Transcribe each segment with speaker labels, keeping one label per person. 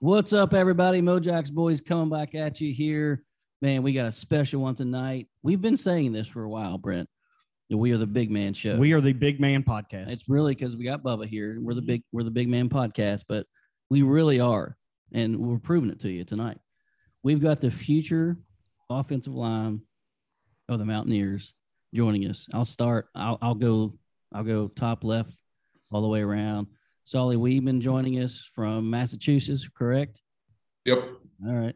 Speaker 1: What's up, everybody? Mojack's Boys coming back at you here. Man, we got a special one tonight. We've been saying this for a while, Brent. that We are the big man show.
Speaker 2: We are the Big Man Podcast.
Speaker 1: It's really because we got Bubba here. We're the big we're the big man podcast, but we really are, and we're proving it to you tonight. We've got the future offensive line of the Mountaineers joining us. I'll start. I'll, I'll go. I'll go top left all the way around. Solly Weedman joining us from Massachusetts, correct?
Speaker 3: Yep.
Speaker 1: All right.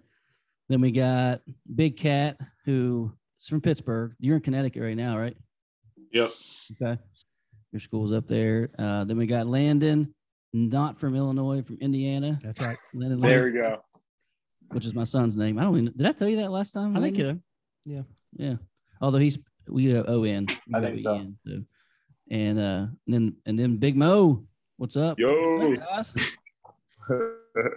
Speaker 1: Then we got Big Cat, who is from Pittsburgh. You're in Connecticut right now, right?
Speaker 3: Yep.
Speaker 1: Okay. Your school's up there. Uh, then we got Landon, not from Illinois, from Indiana.
Speaker 2: That's right.
Speaker 1: Landon
Speaker 3: There we
Speaker 1: Lawrence,
Speaker 3: go.
Speaker 1: Which is my son's name. I don't even, did I tell you that last time?
Speaker 2: I think uh,
Speaker 1: Landon?
Speaker 2: it.
Speaker 1: Yeah. Although he's we have O N.
Speaker 3: I think so.
Speaker 1: And uh and then and then Big Mo, what's up?
Speaker 3: Yo.
Speaker 1: What's up, guys?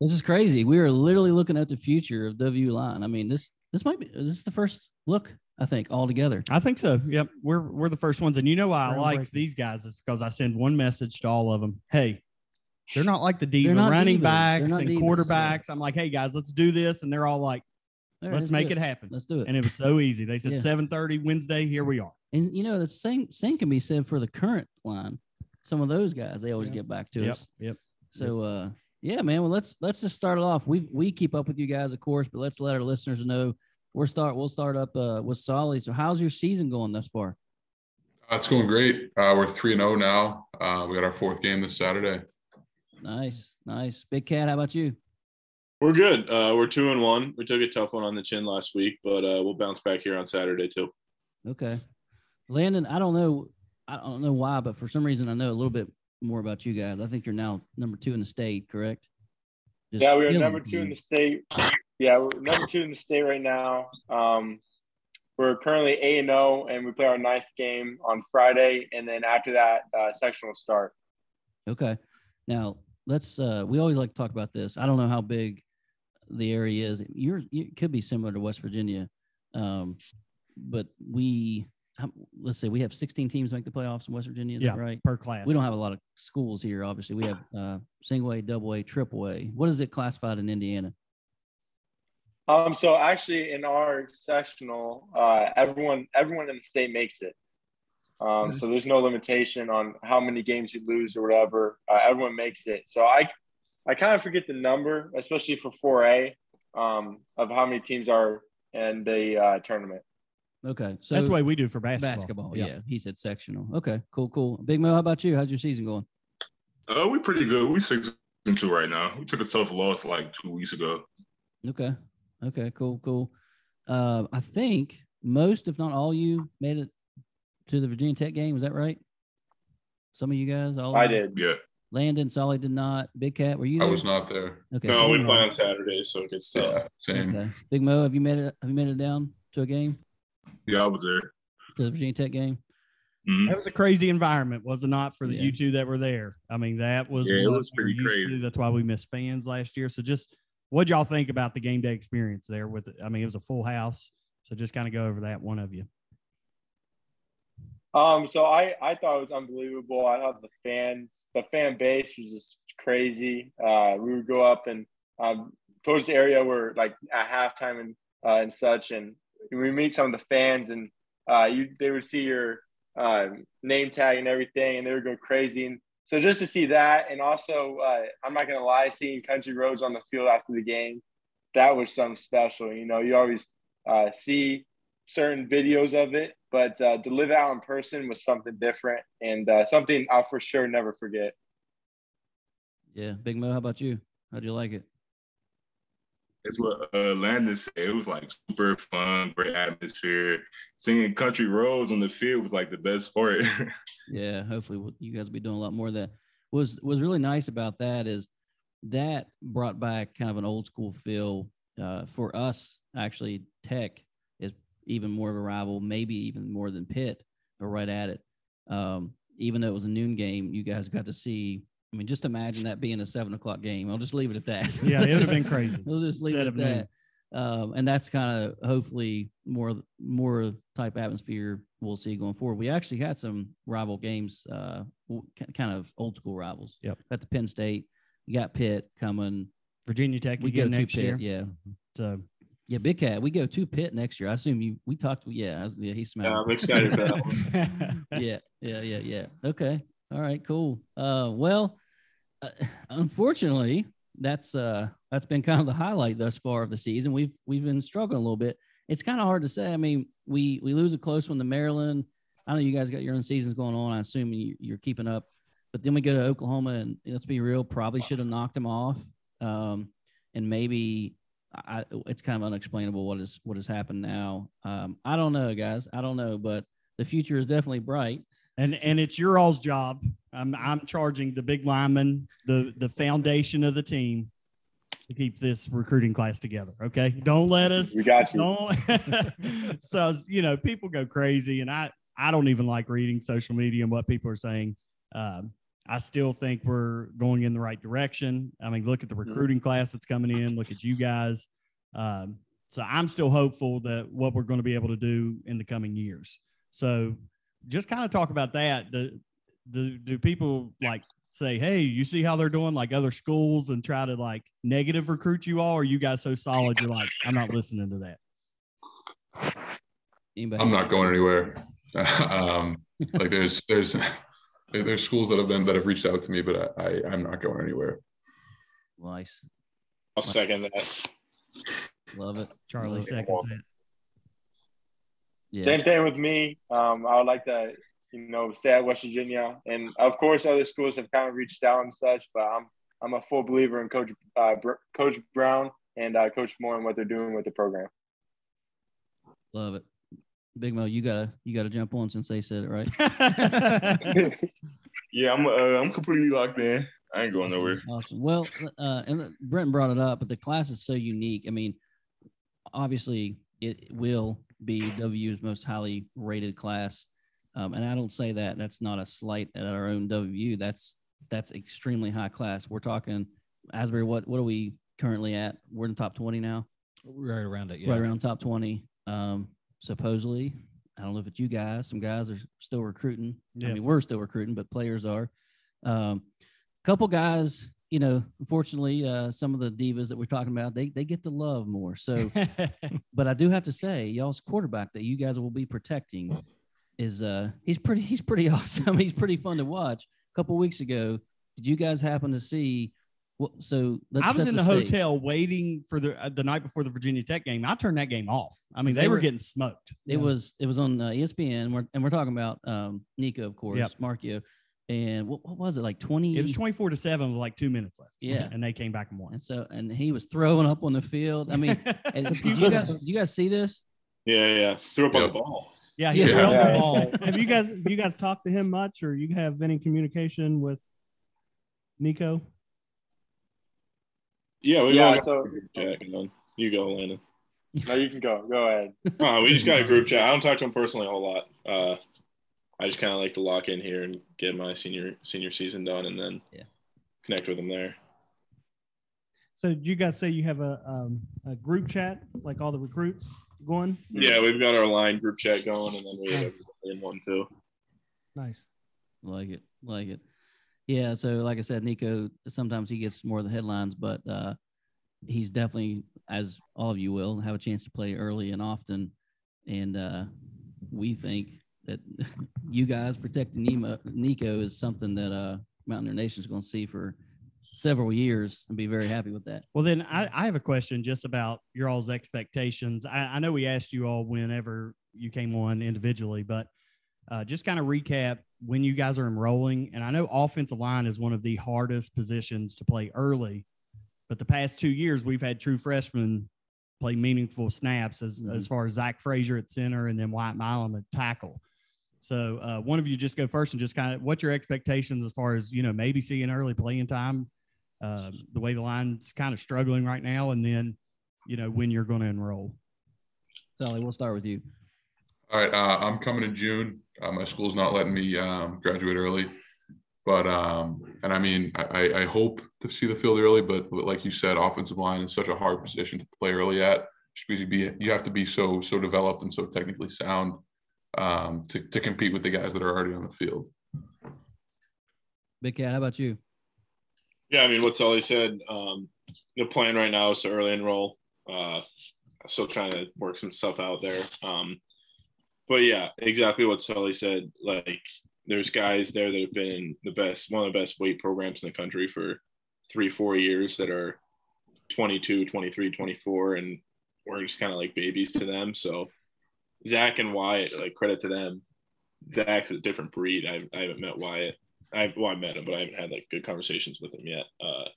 Speaker 1: This is crazy. We are literally looking at the future of W line. I mean, this this might be this is the first look, I think, all together.
Speaker 2: I think so. Yep. We're we're the first ones, and you know why I like
Speaker 1: Groundbreaking.
Speaker 2: these guys is because I send one message to all of them. Hey, they're not like the diva
Speaker 1: not divas.
Speaker 2: running
Speaker 1: They're
Speaker 2: backs
Speaker 1: not
Speaker 2: and
Speaker 1: divas, yeah.
Speaker 2: quarterbacks. I'm like, hey guys, let's do this, and they're all like,
Speaker 1: All right,
Speaker 2: let's make
Speaker 1: do
Speaker 2: it happen.
Speaker 1: Let's do it.
Speaker 2: And it was so easy. They said
Speaker 1: Yeah.
Speaker 2: 7:30 Wednesday. Here we are.
Speaker 1: And you know, the same same can be said for the current line. Some of those guys, they always
Speaker 2: Yeah.
Speaker 1: get back to
Speaker 2: Yep.
Speaker 1: us.
Speaker 2: Yep.
Speaker 1: So uh yeah, man. Well, let's let's just start it off. We we keep up with you guys, of course, but let's let our listeners know. We'll start we'll start up uh with Solly. So how's your season going thus far?
Speaker 3: That's going great. Uh, we're three and zero now. Uh, we got our fourth game this Saturday.
Speaker 1: Nice, nice. Big cat, how about you?
Speaker 4: We're good. Uh, we're two and one. We took a tough one on the chin last week, but uh, we'll bounce back here on Saturday too.
Speaker 1: Okay. Landon, I don't know I don't know why, but for some reason I know a little bit more about you guys. I think you're now number two in the state, correct? Just
Speaker 5: yeah, we are
Speaker 1: killing
Speaker 5: number
Speaker 1: it,
Speaker 5: two in the
Speaker 1: man.
Speaker 5: state. Yeah, we're number two in the state right now. Um, we're currently A and O, and we play our ninth game on Friday, and then after that, uh, sectional start.
Speaker 1: Okay. Now let's. Uh, we always like to talk about this. I don't know how big the area is. You're you it could be similar to West Virginia, um, but we how- let's say we have 16 teams make the playoffs in West Virginia. Is
Speaker 2: Yeah.
Speaker 1: that right?
Speaker 2: Per class.
Speaker 1: We don't have a lot of schools here. Obviously, we have uh, single A, double A, triple A. What is it classified in Indiana?
Speaker 5: Um, so actually, in our sectional, uh, everyone everyone in the state makes it. Um, so there's no limitation on how many games you lose or whatever. Uh, everyone makes it. So I, I kind of forget the number, especially for 4A, um, of how many teams are in the uh, tournament.
Speaker 1: Okay, so
Speaker 2: That's the way we do for basketball.
Speaker 1: basketball. yeah. he said sectional. Okay, cool, cool. Big Mo, how about you? How's your season going?
Speaker 6: Oh, we pretty good. We six and two right now. We took a tough loss like two weeks ago.
Speaker 1: Okay. Okay. Cool. Cool. Uh, I think most, if not all, you made it to the Virginia Tech game. Is that right? Some of you guys. All
Speaker 5: I
Speaker 1: of you?
Speaker 5: did.
Speaker 6: Yeah.
Speaker 1: Landon, Solly did not. Big Cat, were you?
Speaker 3: I
Speaker 1: there?
Speaker 3: was not there.
Speaker 1: Okay.
Speaker 4: No,
Speaker 1: so
Speaker 4: we
Speaker 1: you were
Speaker 4: play
Speaker 1: on.
Speaker 4: on Saturday, so it gets
Speaker 3: So,
Speaker 4: tough.
Speaker 3: same.
Speaker 1: Okay. Big Mo, have you made it? Have you made it down to a game?
Speaker 6: Yeah, I was there.
Speaker 1: To the Virginia Tech game.
Speaker 6: Mhm.
Speaker 2: That was a crazy environment, was it not, for the
Speaker 1: Yeah.
Speaker 2: you two that were there? I mean, that was
Speaker 6: Yeah, it
Speaker 2: what
Speaker 6: was
Speaker 2: we were
Speaker 6: pretty
Speaker 2: used to.
Speaker 6: crazy.
Speaker 2: That's why we missed fans last year. So just what y'all think about the game day experience there with I mean, it was a full house. So just kind of go over that one of you.
Speaker 5: Um, so I, I thought it was unbelievable. I thought the fans, the fan base was just crazy. Uh, we would go up and um, towards the area where like at halftime and uh, and such, and we meet some of the fans, and uh, you they would see your uh, name tag and everything, and they would go crazy. And so just to see that, and also uh, I'm not gonna lie, seeing Country Roads on the field after the game, that was something special. You know, you always uh, see certain videos of it, but uh, to live out in person was something different and uh, something I'll for sure never forget.
Speaker 1: Yeah. Big Mo, how about you? How'd you like it?
Speaker 6: That's what uh, Landon said. It was like super fun, great atmosphere. Singing country roads on the field was like the best part.
Speaker 1: Yeah, hopefully we'll, you guys will be doing a lot more of that. Was was really nice about that is that brought back kind of an old school feel uh, for us. Actually, Tech is even more of a rival, maybe even more than Pitt. They're right at it. Um, even though it was a noon game, you guys got to see. I mean, just imagine that being a seven o'clock game. I'll just leave it at that.
Speaker 2: Yeah, it would have
Speaker 1: Just-
Speaker 2: been crazy.
Speaker 1: We'll just leave it at
Speaker 2: Instead of noon.
Speaker 1: that. Um, and that's kind of hopefully more more type atmosphere we'll see going forward. We actually had some rival games, uh, w- ki- kind of old school rivals.
Speaker 2: Yep.
Speaker 1: At the Penn State, You got Pitt coming.
Speaker 2: Virginia Tech
Speaker 1: We go
Speaker 2: again
Speaker 1: to
Speaker 2: next
Speaker 1: Pitt.
Speaker 2: year.
Speaker 1: Yeah.
Speaker 2: So
Speaker 1: Yeah, Big Cat. We go to Pitt next year. I assume you. We talked. Yeah, I was- yeah. He
Speaker 4: Yeah, I'm
Speaker 1: smelled.
Speaker 4: excited for that one.
Speaker 1: yeah, yeah, yeah, yeah. Okay. All right. Cool. Uh, well, uh, unfortunately, that's uh, that's been kind of the highlight thus far of the season. We've we've been struggling a little bit. It's kind of hard to say. I mean, we we lose a close one to Maryland. I know you guys got your own seasons going on. I assume you, you're keeping up. But then we go to Oklahoma, and let's be real, probably should have knocked them off. Um, and maybe I, it's kind of unexplainable what is what has happened now. Um, I don't know, guys. I don't know, but the future is definitely bright.
Speaker 2: and and it's your all's job. I'm I'm charging the big lineman, the the foundation of the team, to keep this recruiting class together. Okay, don't let us
Speaker 5: We got you.
Speaker 2: Don't. so you know, people go crazy, and I I don't even like reading social media and what people are saying. Um, I still think we're going in the right direction. I mean, look at the
Speaker 5: Mm-hmm.
Speaker 2: recruiting class that's coming in. Look at you guys. Um, so I'm still hopeful that what we're going to be able to do in the coming years. So just kind of talk about that. The, the do people like say, hey, you see how they're doing like other schools and try to like negative recruit you all? Or you guys so solid you're like, I'm not listening to that.
Speaker 1: Anybody?
Speaker 3: I'm not going anywhere. um, like there's there's there's schools that have been that have reached out to me, but I, I I'm not going anywhere.
Speaker 1: Nice.
Speaker 4: I'll second that.
Speaker 1: Love it.
Speaker 2: Charlie
Speaker 1: Love it.
Speaker 2: seconds that.
Speaker 1: Yeah.
Speaker 5: Same thing with me. Um, I would like to, you know, stay at West Virginia, and of course, other schools have kind of reached out and such. But I'm I'm a full believer in Coach uh, Br- Coach Brown and uh, Coach Moore and what they're doing with the program.
Speaker 1: Love it. Big Mo, you gotta you gotta jump on since they said it, right?
Speaker 6: Yeah, I'm uh, I'm completely locked in. I ain't going
Speaker 1: Awesome,
Speaker 6: nowhere.
Speaker 1: Awesome. Well, uh, and Brent brought it up, but the class is so unique. I mean, obviously, it will be W's most highly rated class, um, and I don't say that. That's not a slight at our own W. That's that's extremely high class. We're talking Asbury. What what are we currently at? We're in the top twenty now.
Speaker 7: Right around it. Yeah.
Speaker 1: right around top 20. Um, supposedly, I don't know if it's you guys, some guys are still recruiting. I
Speaker 2: Yeah.
Speaker 1: mean, we're still recruiting, but players are. Um, couple guys, you know, unfortunately, uh, some of the divas that we're talking about, they, they get the love more. So, but I do have to say, y'all's quarterback that you guys will be protecting is uh he's pretty he's pretty awesome. he's pretty fun to watch. A couple weeks ago, did you guys happen to see? Well, so let's
Speaker 2: I was
Speaker 1: set
Speaker 2: in the
Speaker 1: stage.
Speaker 2: hotel waiting for the uh, the night before the Virginia Tech game. I turned that game off. I mean,
Speaker 1: They
Speaker 2: they, were,
Speaker 1: were-
Speaker 2: getting smoked.
Speaker 1: It was it was on uh, ESPN, we're, and we're talking about um, Nico, of course,
Speaker 2: Yep.
Speaker 1: Markio, and what, what was it like twenty?
Speaker 2: It was twenty four to seven with like two minutes left.
Speaker 1: Yeah.
Speaker 2: and they came back and won.
Speaker 1: and so and he was throwing up on the field. I mean, and did you guys did you guys see this?
Speaker 4: Yeah, yeah. Threw up on
Speaker 3: Yep.
Speaker 4: the ball.
Speaker 2: yeah, he
Speaker 1: Yeah.
Speaker 2: held
Speaker 5: Yeah.
Speaker 2: the ball.
Speaker 8: have you guys have you guys talked to him much or you have any communication with Nico?
Speaker 4: Yeah, we
Speaker 5: yeah,
Speaker 4: got
Speaker 5: so
Speaker 4: Jack. and then You go, Landon.
Speaker 5: no, you can go. Go ahead.
Speaker 4: Uh, we just got a group chat. I don't talk to him personally a whole lot. Uh, I just kind of like to lock in here and get my senior senior season done, and then
Speaker 1: Yeah.
Speaker 4: connect with him there.
Speaker 8: So did you guys say you have a um, a group chat like all the recruits going?
Speaker 2: Hmm.
Speaker 4: Yeah, we've got our line group chat going, and then we have in one too.
Speaker 8: Nice.
Speaker 1: Like it, like it. Yeah. So like I said, Nico sometimes he gets more of the headlines, but uh, he's definitely, as all of you will, have a chance to play early and often. And uh, we think that you guys protecting Nemo, Nico is something that uh, Mountaineer Nation is going to see for several years and be very happy with that.
Speaker 2: Well, then I, I have a question just about your all's expectations. I, I know we asked you all whenever you came on individually, but uh, just kind of recap when you guys are enrolling. And I know offensive line is one of the hardest positions to play early, but the past two years we've had true freshmen play meaningful snaps as,
Speaker 1: Mhm.
Speaker 2: as far as Zach Frazier at center and then White Milam at tackle. So uh, one of you just go first and just kind of what your expectations as far as you know maybe seeing early playing time, um, the way the line's kind of struggling right now, and then you know when you're going to enroll.
Speaker 1: Sally, we'll start with you.
Speaker 3: All right, uh, I'm coming in June. Uh, my school's not letting me um, graduate early, but um, and I mean, I, I- I hope to see the field early. But, but like you said, offensive line is such a hard position to play early at, just because you be you have to be so so developed and so technically sound um, to to compete with the guys that are already on the field.
Speaker 1: Big Cat, how about you?
Speaker 4: Yeah, I mean, what Sully said, um, the plan right now is to early enroll. Uh, still trying to work some stuff out there. Um, but yeah, exactly what Sully said. Like, there's guys there that have been in the best, one of the best weight programs in the country for three, four years that are 22, 23, 24, and we're just kind of like babies to them. So, Zach and Wyatt, like, credit to them. Zach's a different breed. I, I haven't met Wyatt. I well, I met him, but I haven't had like good conversations with him yet. Uh,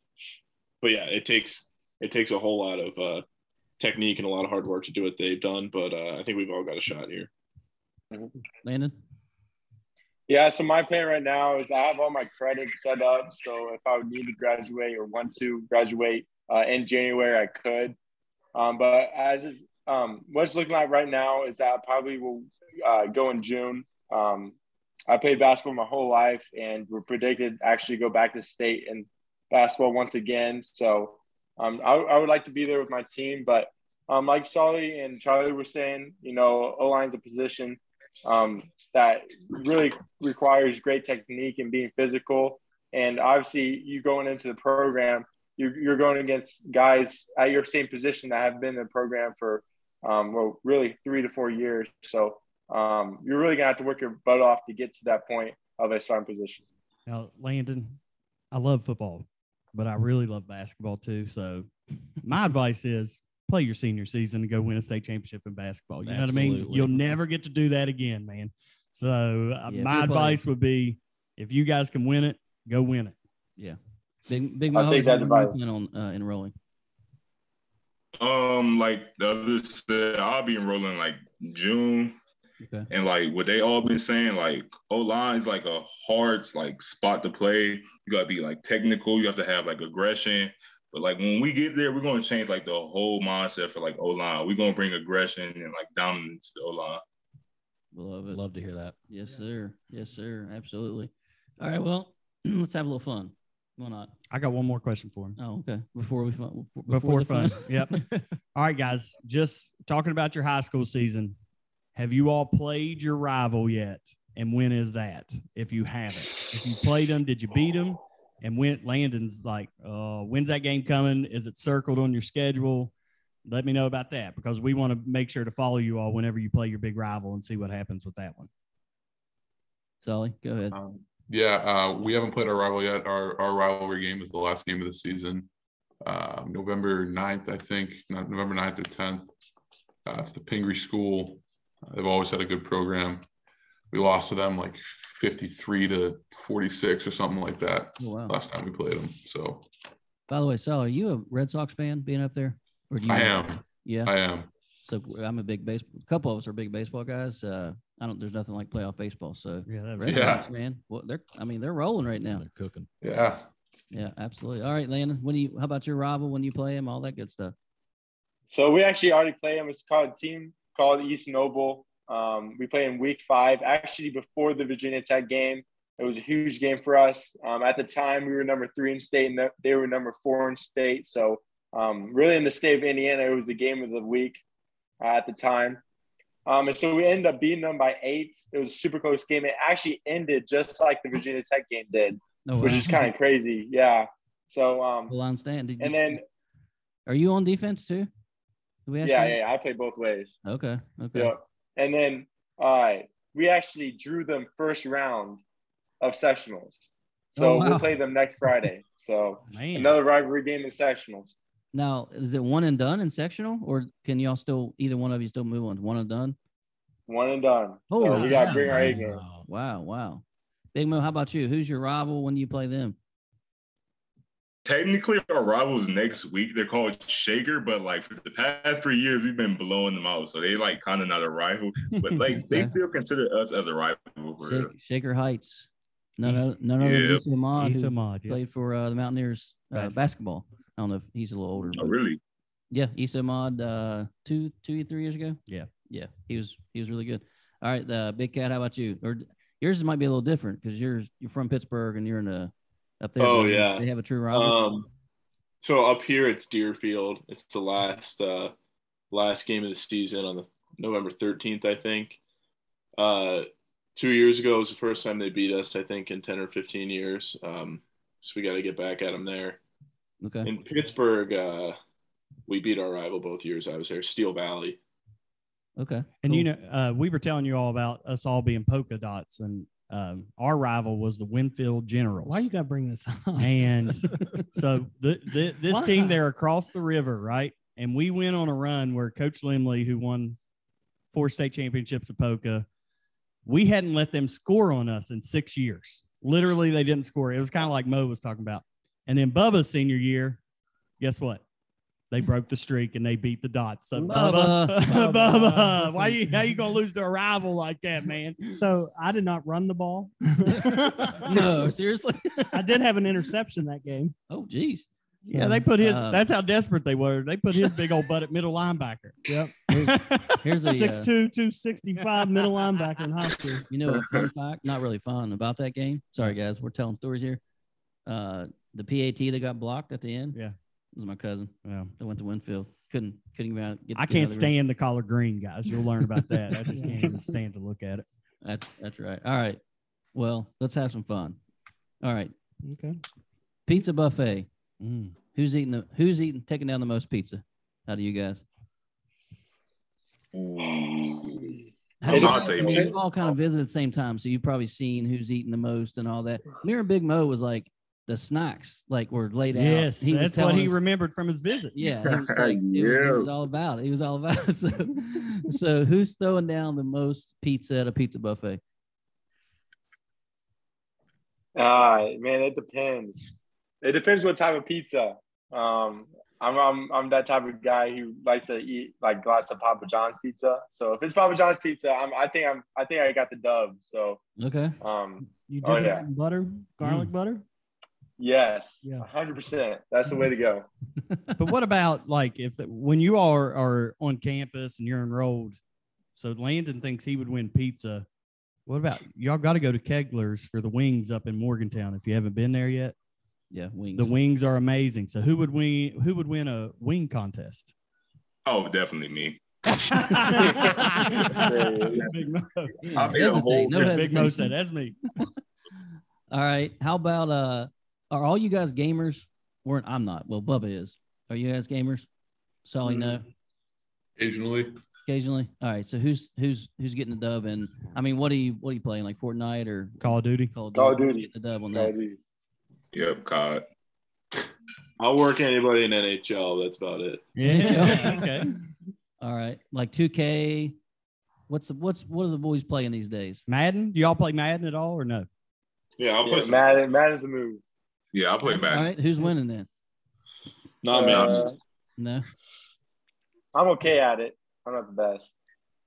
Speaker 4: but yeah, it takes it takes a whole lot of uh, technique and a lot of hard work to do what they've done. But uh, I think we've all got a shot here.
Speaker 1: Landon?
Speaker 5: Yeah, so my plan right now is I have all my credits set up. So if I would need to graduate or want to graduate uh, in January, I could. Um, but as is, um, what's looking like right now is that I probably will uh, go in June. Um, I played basketball my whole life, and we're predicted to actually go back to state and basketball once again. So um, I, I would like to be there with my team, but um, like Solly and Charlie were saying, you know, O line's a position um, that really requires great technique and being physical. And obviously, you going into the program, you're, you're going against guys at your same position that have been in the program for um, well, really three to four years. So um, you're really gonna have to work your butt off to get to that point of a starting position.
Speaker 2: Now, Landon, I love football, but I really love basketball too. So, my advice is play your senior season and go win a state championship in basketball. You know what I mean?
Speaker 1: Absolutely.
Speaker 2: You'll never get to do that again, man. So, uh,
Speaker 1: Yeah,
Speaker 2: my
Speaker 1: if you're
Speaker 2: advice would be if you guys can win it, go win it.
Speaker 1: Big, big
Speaker 5: I'll
Speaker 1: Mo,
Speaker 5: take
Speaker 1: is
Speaker 5: that
Speaker 1: what you're
Speaker 5: advice.
Speaker 1: planning on uh, enrolling.
Speaker 6: Um, like the others said, I'll be enrolling like June.
Speaker 1: Okay.
Speaker 6: And like what they all been saying, like O line is like a hard like spot to play. You gotta be like technical. You have to have like aggression. But like when we get there, we're gonna change like the whole mindset for like O line. We're gonna bring aggression and like dominance to O line.
Speaker 1: Love it.
Speaker 7: Love to hear that.
Speaker 1: Yes, sir. Yes, sir. Absolutely. All right. Well, let's have a little fun. Why not?
Speaker 2: I got one more question for him.
Speaker 1: Oh, okay. Before we fun. Before,
Speaker 2: Before,
Speaker 1: the
Speaker 2: fun. yep. All right, guys. Just talking about your high school season. Have you all played your rival yet? And when is that? If you haven't, if you played them, did you beat them? And when Landon's like, uh, when's that game coming? Is it circled on your schedule? Let me know about that because we want to make sure to follow you all whenever you play your big rival and see what happens with that one.
Speaker 1: Sully, go ahead.
Speaker 3: Um, yeah, uh, we haven't played our rival yet. Our our rivalry game is the last game of the season, um, November 9th, I think, not November 9th or tenth. Uh, it's the Pingree School. Uh, They've always had a good program. We lost to them like fifty-three to forty-six or something like that
Speaker 1: Oh, wow.
Speaker 3: last time we played them. So
Speaker 1: By the way, Sully, are you a Red Sox fan being up there? Or do you
Speaker 3: I am,
Speaker 1: Yeah.
Speaker 3: I am.
Speaker 1: so I'm a big baseball. A couple of us are big baseball guys. Uh, I don't. There's nothing like playoff baseball. So
Speaker 2: Yeah, that
Speaker 1: Red
Speaker 3: Yeah.
Speaker 1: Sox, man. Well, they're. I mean, they're rolling right now.
Speaker 7: They're cooking.
Speaker 3: Yeah,
Speaker 1: Yeah, absolutely. All right, Landon. When do you? How about your rival? When do you play him? All that good stuff.
Speaker 5: So we actually already play them. It's called a team called East Noble. Um, we play in week five, actually before the Virginia Tech game. It was a huge game for us. Um, at the time, we were number three in state, and they were number four in state. So um, really, in the state of Indiana, it was the game of the week uh, at the time. Um, and so we ended up beating them by eight. It was a super close game. It actually ended just like the Virginia Tech game did,
Speaker 1: No,
Speaker 5: which is kind of crazy. Yeah. So um,
Speaker 1: line stand. Did
Speaker 5: and
Speaker 1: you-
Speaker 5: then
Speaker 1: Are you on defense too? Did we ask
Speaker 5: yeah,
Speaker 1: you?
Speaker 5: yeah, I play both ways.
Speaker 1: Okay. Okay.
Speaker 5: Yeah. And then uh, we actually drew them first round of sectionals. So
Speaker 1: Oh, wow.
Speaker 5: we'll play them next Friday. So
Speaker 2: Man,
Speaker 5: another rivalry game in sectionals.
Speaker 1: Now, is it one and done in sectional, or can y'all still either one of you still move on? One and done.
Speaker 5: One and done.
Speaker 2: Holy
Speaker 5: so we got
Speaker 2: cow.
Speaker 5: to bring our A game.
Speaker 7: Wow.
Speaker 1: Wow. Wow. Big Mo, how about you? Who's your rival? When do you play them?
Speaker 6: Technically, our rivals next week. They're called Shaker, but like for the past three years, we've been blowing them out. So they like kind of not a rival, but like they
Speaker 1: Okay.
Speaker 6: still consider us as a rival. For real.
Speaker 1: Shake, Shaker Heights. No, no,
Speaker 2: He's-
Speaker 1: none other
Speaker 6: Yeah.
Speaker 1: than Issa Ahmad,
Speaker 2: he's
Speaker 1: who
Speaker 2: a mod. yeah.
Speaker 1: played for uh, the Mountaineers uh,
Speaker 2: Basketball.
Speaker 1: basketball. I don't know if he's a little older.
Speaker 6: Oh,
Speaker 1: but-
Speaker 6: really?
Speaker 1: Yeah, Issa Mod uh, two, two, three years ago.
Speaker 2: Yeah.
Speaker 1: yeah, he was he was really good. All right, uh, Big Cat, how about you? Or yours might be a little different because yours you're from Pittsburgh and you're in a up there.
Speaker 4: Oh,
Speaker 1: but
Speaker 4: yeah.
Speaker 1: they have a true rival.
Speaker 4: Um, so up here it's Deerfield. It's the last uh, last game of the season on the November thirteenth, I think. Uh, two years ago was the first time they beat us, I think, in ten or fifteen years. Um, So we got to get back at them there.
Speaker 1: Okay.
Speaker 4: In Pittsburgh, uh, we beat our rival both years I was there, Steel Valley.
Speaker 1: Okay.
Speaker 2: And you
Speaker 1: cool.
Speaker 2: know, uh, we were telling you all about us all being polka dots, and um, our rival was the Winfield Generals.
Speaker 8: Why you got to bring this up?
Speaker 2: and so the, the, this
Speaker 8: Why?
Speaker 2: team there across the river, right? And we went on a run where Coach Limley, who won four state championships of polka, we hadn't let them score on us in six years. Literally, they didn't score. It was kind of like Mo was talking about. And then Bubba's senior year, guess what? They broke the streak and they beat the dots. So Bubba,
Speaker 1: Bubba.
Speaker 2: Bubba,
Speaker 8: Bubba,
Speaker 2: why you
Speaker 8: listen.
Speaker 2: how you gonna lose to a rival like that, man?
Speaker 8: so I did not run the ball.
Speaker 1: no, seriously.
Speaker 8: I did have an interception that game.
Speaker 1: Oh, geez.
Speaker 2: Yeah,
Speaker 1: So,
Speaker 2: they put his.
Speaker 1: uh,
Speaker 2: that's how desperate they were. They put his big old butt at middle linebacker.
Speaker 8: Yep.
Speaker 1: Here's a
Speaker 8: Six
Speaker 1: uh,
Speaker 8: two, two sixty five middle linebacker in high school.
Speaker 1: You know, a fun fact, not really fun about that game. Sorry, guys, we're telling stories here. Uh, the PAT that got blocked at the end.
Speaker 2: Yeah.
Speaker 1: was my cousin.
Speaker 2: Yeah.
Speaker 1: that went to Winfield. Couldn't couldn't get out. Get,
Speaker 2: I
Speaker 1: get out
Speaker 2: can't
Speaker 1: of the room.
Speaker 2: stand the color green, guys. You'll learn about that. I just can't even stand to look at it.
Speaker 1: That's that's right. All right. Well, let's have some fun. All right,
Speaker 8: Okay.
Speaker 1: pizza buffet.
Speaker 2: Mm.
Speaker 1: Who's eating the Who's eating taking down the most pizza? How do you guys? How do
Speaker 6: I'm
Speaker 1: you-
Speaker 6: not saying me.
Speaker 1: We've all kind of visited at the same time, so you've probably seen who's eating the most and all that. Mirror Big Mo was like the snacks, like were laid out.
Speaker 2: Yes,
Speaker 1: was
Speaker 2: that's what
Speaker 1: telling
Speaker 2: he
Speaker 1: us-
Speaker 2: remembered from his visit.
Speaker 1: Yeah, he was, like, it was-
Speaker 6: Yeah.
Speaker 1: he was all about it. He was all about it. So, so who's throwing down the most pizza at a pizza buffet?
Speaker 5: Ah, man, it depends. It depends what type of pizza. Um, I'm, I'm I'm that type of guy who likes to eat like lots of Papa John's pizza. So if it's Papa John's pizza, I'm I think I'm I think I got the dub. So
Speaker 1: Okay,
Speaker 5: um,
Speaker 8: You did
Speaker 5: Oh,
Speaker 8: it
Speaker 5: yeah.
Speaker 8: in butter, garlic butter.
Speaker 5: yes,
Speaker 8: Yeah.
Speaker 5: hundred percent. That's the way to go.
Speaker 2: But what about like if when you are are on campus and you're enrolled? So Landon thinks he would win pizza. What about y'all? Got to go to Kegler's for the wings up in Morgantown if you haven't been there yet.
Speaker 1: yeah, wings.
Speaker 2: The wings are amazing. So who would win? Who would win a wing contest?
Speaker 6: Oh, definitely me.
Speaker 2: Big Mo.
Speaker 1: Yeah,
Speaker 6: I'll eat a
Speaker 1: hesitate,
Speaker 6: whole-
Speaker 1: no
Speaker 2: Yeah, Big Mo
Speaker 1: hesitation.
Speaker 2: said, "That's me."
Speaker 1: All right, how about uh, are all you guys gamers? Weren't I'm not. Well, Bubba is. Are you guys gamers?
Speaker 6: Mm-hmm.
Speaker 1: Solly, no.
Speaker 3: Occasionally,
Speaker 1: Occasionally. All right. So who's who's who's getting the dub? And I mean, what are you what are you playing? Like Fortnite or
Speaker 2: Call of Duty.
Speaker 1: Call of Duty?
Speaker 5: Call of
Speaker 1: Who's
Speaker 5: Duty.
Speaker 1: Getting the dub on that.
Speaker 5: Cody.
Speaker 6: Yep, COD.
Speaker 4: I'll work anybody in NHL. That's about it.
Speaker 2: Yeah. okay.
Speaker 1: All right. Like 2K. What's the, what's what are the boys playing these days?
Speaker 2: Madden. Do y'all play Madden at all or no?
Speaker 4: Yeah, I'll
Speaker 5: Yeah,
Speaker 4: put some.
Speaker 5: Madden, Madden's the move.
Speaker 6: Yeah, I play
Speaker 1: All
Speaker 6: Madden.
Speaker 1: right. Who's winning then?
Speaker 4: Not me.
Speaker 5: Uh,
Speaker 1: No.
Speaker 5: I'm okay at it. I'm not the best.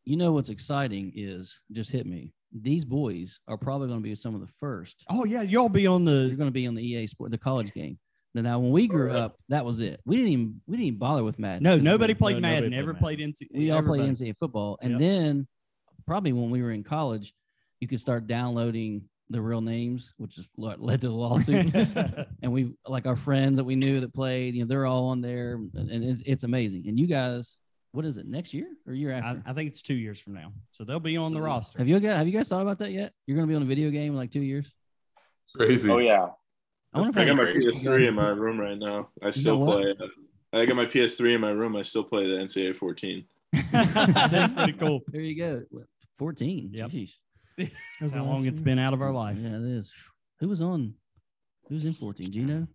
Speaker 1: You know what's exciting is just hit me. These boys are probably going to be some of the first.
Speaker 2: Oh yeah, y'all be on
Speaker 1: They're
Speaker 2: the.
Speaker 1: going to be on the EA sport, the college game. Now, now when we grew up, that was it. We didn't even we didn't even bother with Madden.
Speaker 2: No,
Speaker 1: This is
Speaker 2: nobody
Speaker 1: weird.
Speaker 2: played
Speaker 8: No, nobody
Speaker 2: Madden.
Speaker 8: played
Speaker 2: Ever
Speaker 8: Madden.
Speaker 2: played NC?
Speaker 1: we all played
Speaker 2: everybody.
Speaker 1: NCAA football, and
Speaker 2: Yep.
Speaker 1: then probably when we were in college, you could start downloading the real names, which is what led to the lawsuit. and we like our friends that we knew that played. You know, they're all on there, and it's, it's amazing. And you guys, what is it next year or year
Speaker 2: I,
Speaker 1: after?
Speaker 2: I think it's two years from now, so they'll be on the roster.
Speaker 1: have you guys have you guys thought about that yet? You're gonna be on a video game in like two years.
Speaker 3: crazy.
Speaker 5: Oh yeah.
Speaker 1: I wonder if
Speaker 4: I got my
Speaker 1: can-
Speaker 4: PS3 in my room right now. I still
Speaker 1: what?
Speaker 4: play. it. I got my PS3 in my room. I still play the NCAA 14.
Speaker 2: That's pretty cool.
Speaker 1: There you go. What, Fourteen.
Speaker 2: Yep.
Speaker 1: Jeez.
Speaker 2: That's how long it's been out of our life.
Speaker 1: Yeah, it is. Who was on? Who was in fourteen? Do you know?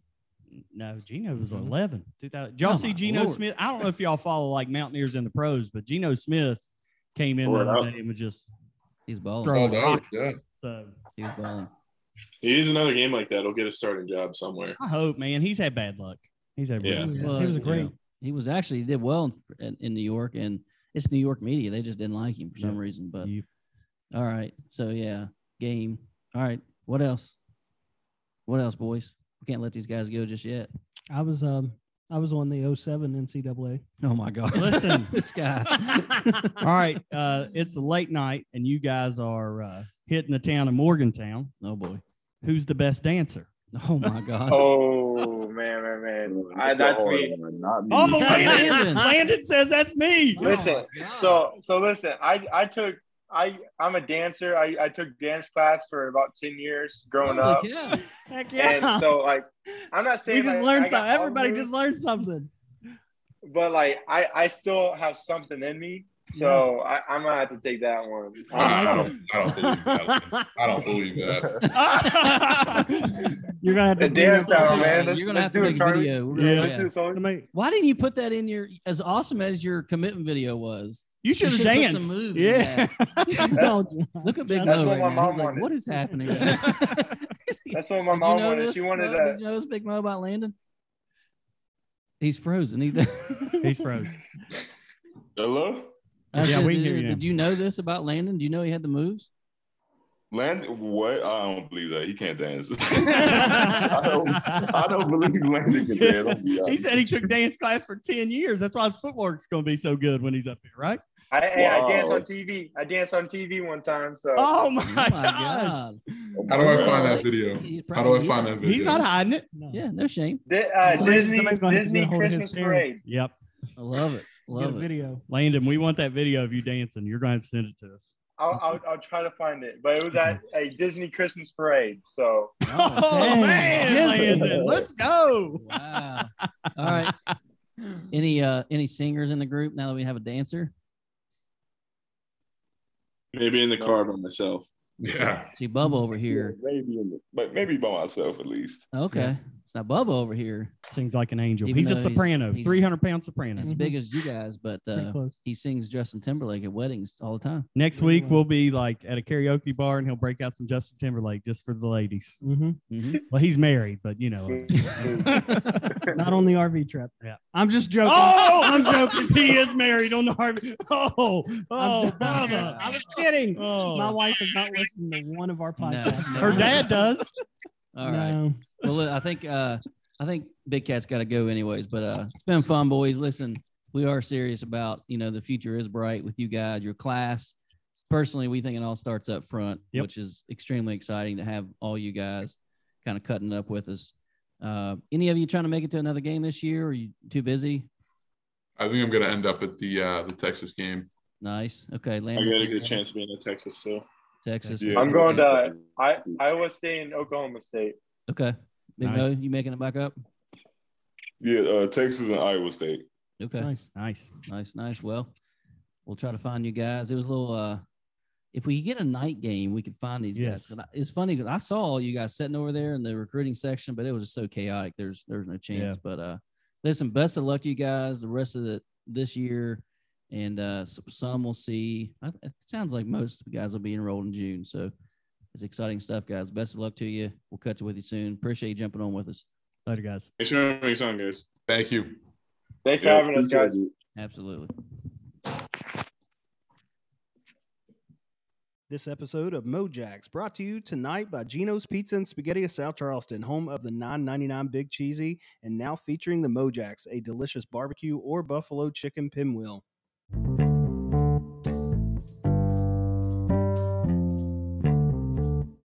Speaker 2: No, Gino was
Speaker 1: Mhm.
Speaker 2: 11. 2000. Did y'all
Speaker 1: Oh,
Speaker 2: see
Speaker 1: my
Speaker 2: Geno
Speaker 1: Lord.
Speaker 2: Smith? I don't know if y'all follow like Mountaineers and the pros, but Geno Smith came in the
Speaker 4: Tore it
Speaker 2: other
Speaker 4: up.
Speaker 2: day and was just
Speaker 1: He's balling.
Speaker 2: throwing
Speaker 3: Balled out,
Speaker 2: rockets.
Speaker 3: yeah.
Speaker 2: So
Speaker 1: He's balling.
Speaker 4: He is another game like that. He'll get a starting job somewhere.
Speaker 2: I hope, man, he's had bad luck. He's had
Speaker 4: Yeah.
Speaker 2: really bad
Speaker 1: Well,
Speaker 2: luck.
Speaker 8: he was a great.
Speaker 1: He was actually he did well in, in, in New York, and it's New York media. They just didn't like him for some
Speaker 2: Yeah.
Speaker 1: reason. But
Speaker 2: You-
Speaker 1: all right, so yeah, game. All right, what else? What else, boys? We can't let these guys go just yet.
Speaker 8: I was um I was on the 07 NCAA.
Speaker 1: Oh my God!
Speaker 2: Listen.
Speaker 1: this guy.
Speaker 2: All right, uh, it's a late night, and you guys are uh, hitting the town of Morgantown.
Speaker 1: oh boy.
Speaker 2: Who's the best dancer?
Speaker 1: Oh my God.
Speaker 5: Oh man, man, man. I, that's me.
Speaker 6: Not me.
Speaker 2: Oh,
Speaker 1: Landon.
Speaker 2: Landon! Landon says that's me.
Speaker 1: Oh, my
Speaker 5: Listen,
Speaker 1: God.
Speaker 5: So so listen, I I took I I'm a dancer. I, I took dance class for about ten years growing up,
Speaker 1: yeah.
Speaker 8: Heck yeah.
Speaker 5: and so like I'm not
Speaker 8: we
Speaker 5: saying
Speaker 8: just
Speaker 5: I-
Speaker 8: learned
Speaker 5: I got
Speaker 8: something.
Speaker 5: all
Speaker 8: Everybody
Speaker 5: moves,
Speaker 8: just learned something.
Speaker 5: but like I I still have something in me, so I, I'm gonna have to take that one.
Speaker 3: I, I
Speaker 8: like
Speaker 3: don't, I don't believe that. I don't believe that.
Speaker 8: You're gonna have to
Speaker 5: The dance
Speaker 8: clean up
Speaker 5: down,
Speaker 8: this-
Speaker 5: man. Let's,
Speaker 1: You're gonna
Speaker 5: let's
Speaker 1: have to
Speaker 5: do
Speaker 1: make
Speaker 5: it, Charlie.
Speaker 1: video. We're gonna-
Speaker 2: Yeah.
Speaker 5: Let's do it, Sully.
Speaker 8: I mean,
Speaker 1: Why didn't you put that in your as awesome as your commitment video was?
Speaker 2: You should have
Speaker 1: should've put
Speaker 2: danced.
Speaker 1: some moves in
Speaker 2: yeah.
Speaker 5: That's-
Speaker 1: Look at Big
Speaker 8: That's
Speaker 1: Mo right
Speaker 5: what
Speaker 1: now.
Speaker 5: my mom
Speaker 1: He's like,
Speaker 5: wanted.
Speaker 1: what is happening? right now?"
Speaker 5: That's
Speaker 1: Did you
Speaker 5: what my mom
Speaker 1: know
Speaker 5: wanted.
Speaker 1: this,
Speaker 5: She wanted
Speaker 1: Mo?
Speaker 5: to.
Speaker 1: Did you know this big Mo about landing? He's frozen. He,
Speaker 2: He's frozen.
Speaker 6: Hello?
Speaker 1: I
Speaker 2: Yeah,
Speaker 1: said,
Speaker 2: we can
Speaker 1: did,
Speaker 2: hear you now.
Speaker 1: did you know this about Landon? Do you know he had the moves?
Speaker 6: Land what? I don't believe that. He can't dance. I don't I don't believe Landon can dance. I'll be
Speaker 2: he
Speaker 6: honest.
Speaker 2: said he took dance class for 10 years. That's why his footwork's going to be so good when he's up here, right?
Speaker 5: I, hey, I danced
Speaker 6: Wow.
Speaker 5: on TV. I danced on TV one time. So
Speaker 2: Oh my,
Speaker 1: Oh my
Speaker 2: gosh.
Speaker 1: god!
Speaker 3: How do I find that video?
Speaker 1: He's
Speaker 3: How do
Speaker 1: probably
Speaker 3: I find that video?
Speaker 2: He's not hiding it.
Speaker 8: No.
Speaker 1: Yeah, no shame.
Speaker 5: Di- uh,
Speaker 8: Somebody-
Speaker 5: Disney
Speaker 8: somebody's gonna have to get
Speaker 5: Disney
Speaker 8: a hold of his
Speaker 5: Christmas
Speaker 8: parents.
Speaker 5: Parade.
Speaker 2: Yep.
Speaker 1: I love it.
Speaker 8: Get a
Speaker 1: Love it.
Speaker 8: video.
Speaker 2: Landon, we want that video of you dancing. You're going to have to send it to us.
Speaker 5: I'll, I'll I'll try to find it, but it was at a Disney Christmas Parade. So
Speaker 2: Oh,
Speaker 8: dang.
Speaker 2: man,
Speaker 8: Yes.
Speaker 2: Landon, let's go.
Speaker 1: Wow. All right. Any uh any singers in the group now that we have a dancer?
Speaker 4: Maybe in the car by myself.
Speaker 3: Yeah.
Speaker 1: See Bubba over here.
Speaker 6: Maybe in the, but maybe by myself at least.
Speaker 1: Okay. It's not Bubba over here.
Speaker 2: Sings like an angel.
Speaker 1: Even
Speaker 2: he's a
Speaker 1: though he's-
Speaker 2: soprano,
Speaker 1: he's-
Speaker 2: 300 pound soprano.
Speaker 1: As big as you guys, but
Speaker 8: Pretty
Speaker 1: uh,
Speaker 8: close.
Speaker 1: he sings Justin Timberlake at weddings all the time.
Speaker 2: Next
Speaker 8: Really
Speaker 2: week,
Speaker 8: well.
Speaker 2: we'll be like at a karaoke bar and he'll break out some Justin Timberlake just for the ladies.
Speaker 8: Mhm.
Speaker 1: Mhm.
Speaker 2: Well, he's married, but you know.
Speaker 8: Not on the RV trip.
Speaker 2: Yeah.
Speaker 8: I'm just joking.
Speaker 2: Oh,
Speaker 8: I'm joking.
Speaker 2: he is married on the Harvey. Oh, oh,
Speaker 8: I'm joking.
Speaker 2: Bubba.
Speaker 8: I was kidding.
Speaker 2: Oh.
Speaker 8: My wife does not listen to one of our podcasts.
Speaker 1: no.
Speaker 2: Her dad does.
Speaker 1: All right.
Speaker 8: No.
Speaker 1: well, look, I think uh, I think Big Cat's got to go anyways. But uh, it's been fun, boys. Listen, we are serious about you know the future is bright with you guys, your class. Personally, we think it all starts up front,
Speaker 2: Yep.
Speaker 1: which is extremely exciting to have all you guys kind of cutting up with us. Uh, any of you trying to make it to another game this year? Or are you too busy?
Speaker 3: I think I'm gonna end up at the uh, the Texas game.
Speaker 1: Nice. Okay,
Speaker 4: I
Speaker 1: Landon.
Speaker 4: got a good chance of being in Texas too.
Speaker 1: Texas.
Speaker 6: Yeah.
Speaker 5: I'm going to I Iowa State and Oklahoma State.
Speaker 1: Okay. Big
Speaker 2: Nice.
Speaker 1: Mo, you making it back up?
Speaker 6: Yeah, uh, Texas and Iowa State.
Speaker 1: Okay.
Speaker 2: Nice. Nice.
Speaker 1: Nice, nice. Well, we'll try to find you guys. It was a little. uh If we could get a night game, we could find these
Speaker 2: Yes.
Speaker 1: guys. And I- It's funny because I saw all you guys sitting over there in the recruiting section, but it was just so chaotic. There's there's no chance.
Speaker 2: Yeah.
Speaker 1: But uh listen, best of luck to you guys the rest of the this year, and uh s- some we'll see. I, it sounds like most of the guys will be enrolled in June, so it's exciting stuff, guys. Best of luck to you. We'll catch up with you soon. Appreciate you jumping on with us.
Speaker 2: Later, guys.
Speaker 4: Make sure everything's on, guys.
Speaker 3: Thank you.
Speaker 5: Thanks for having us, guys.
Speaker 1: Absolutely.
Speaker 7: This episode of Mojack's brought to you tonight by Gino's Pizza and Spaghetti of South Charleston, home of the 9.99 Big Cheesy, and now featuring the Mojack's, a delicious barbecue or buffalo chicken pinwheel.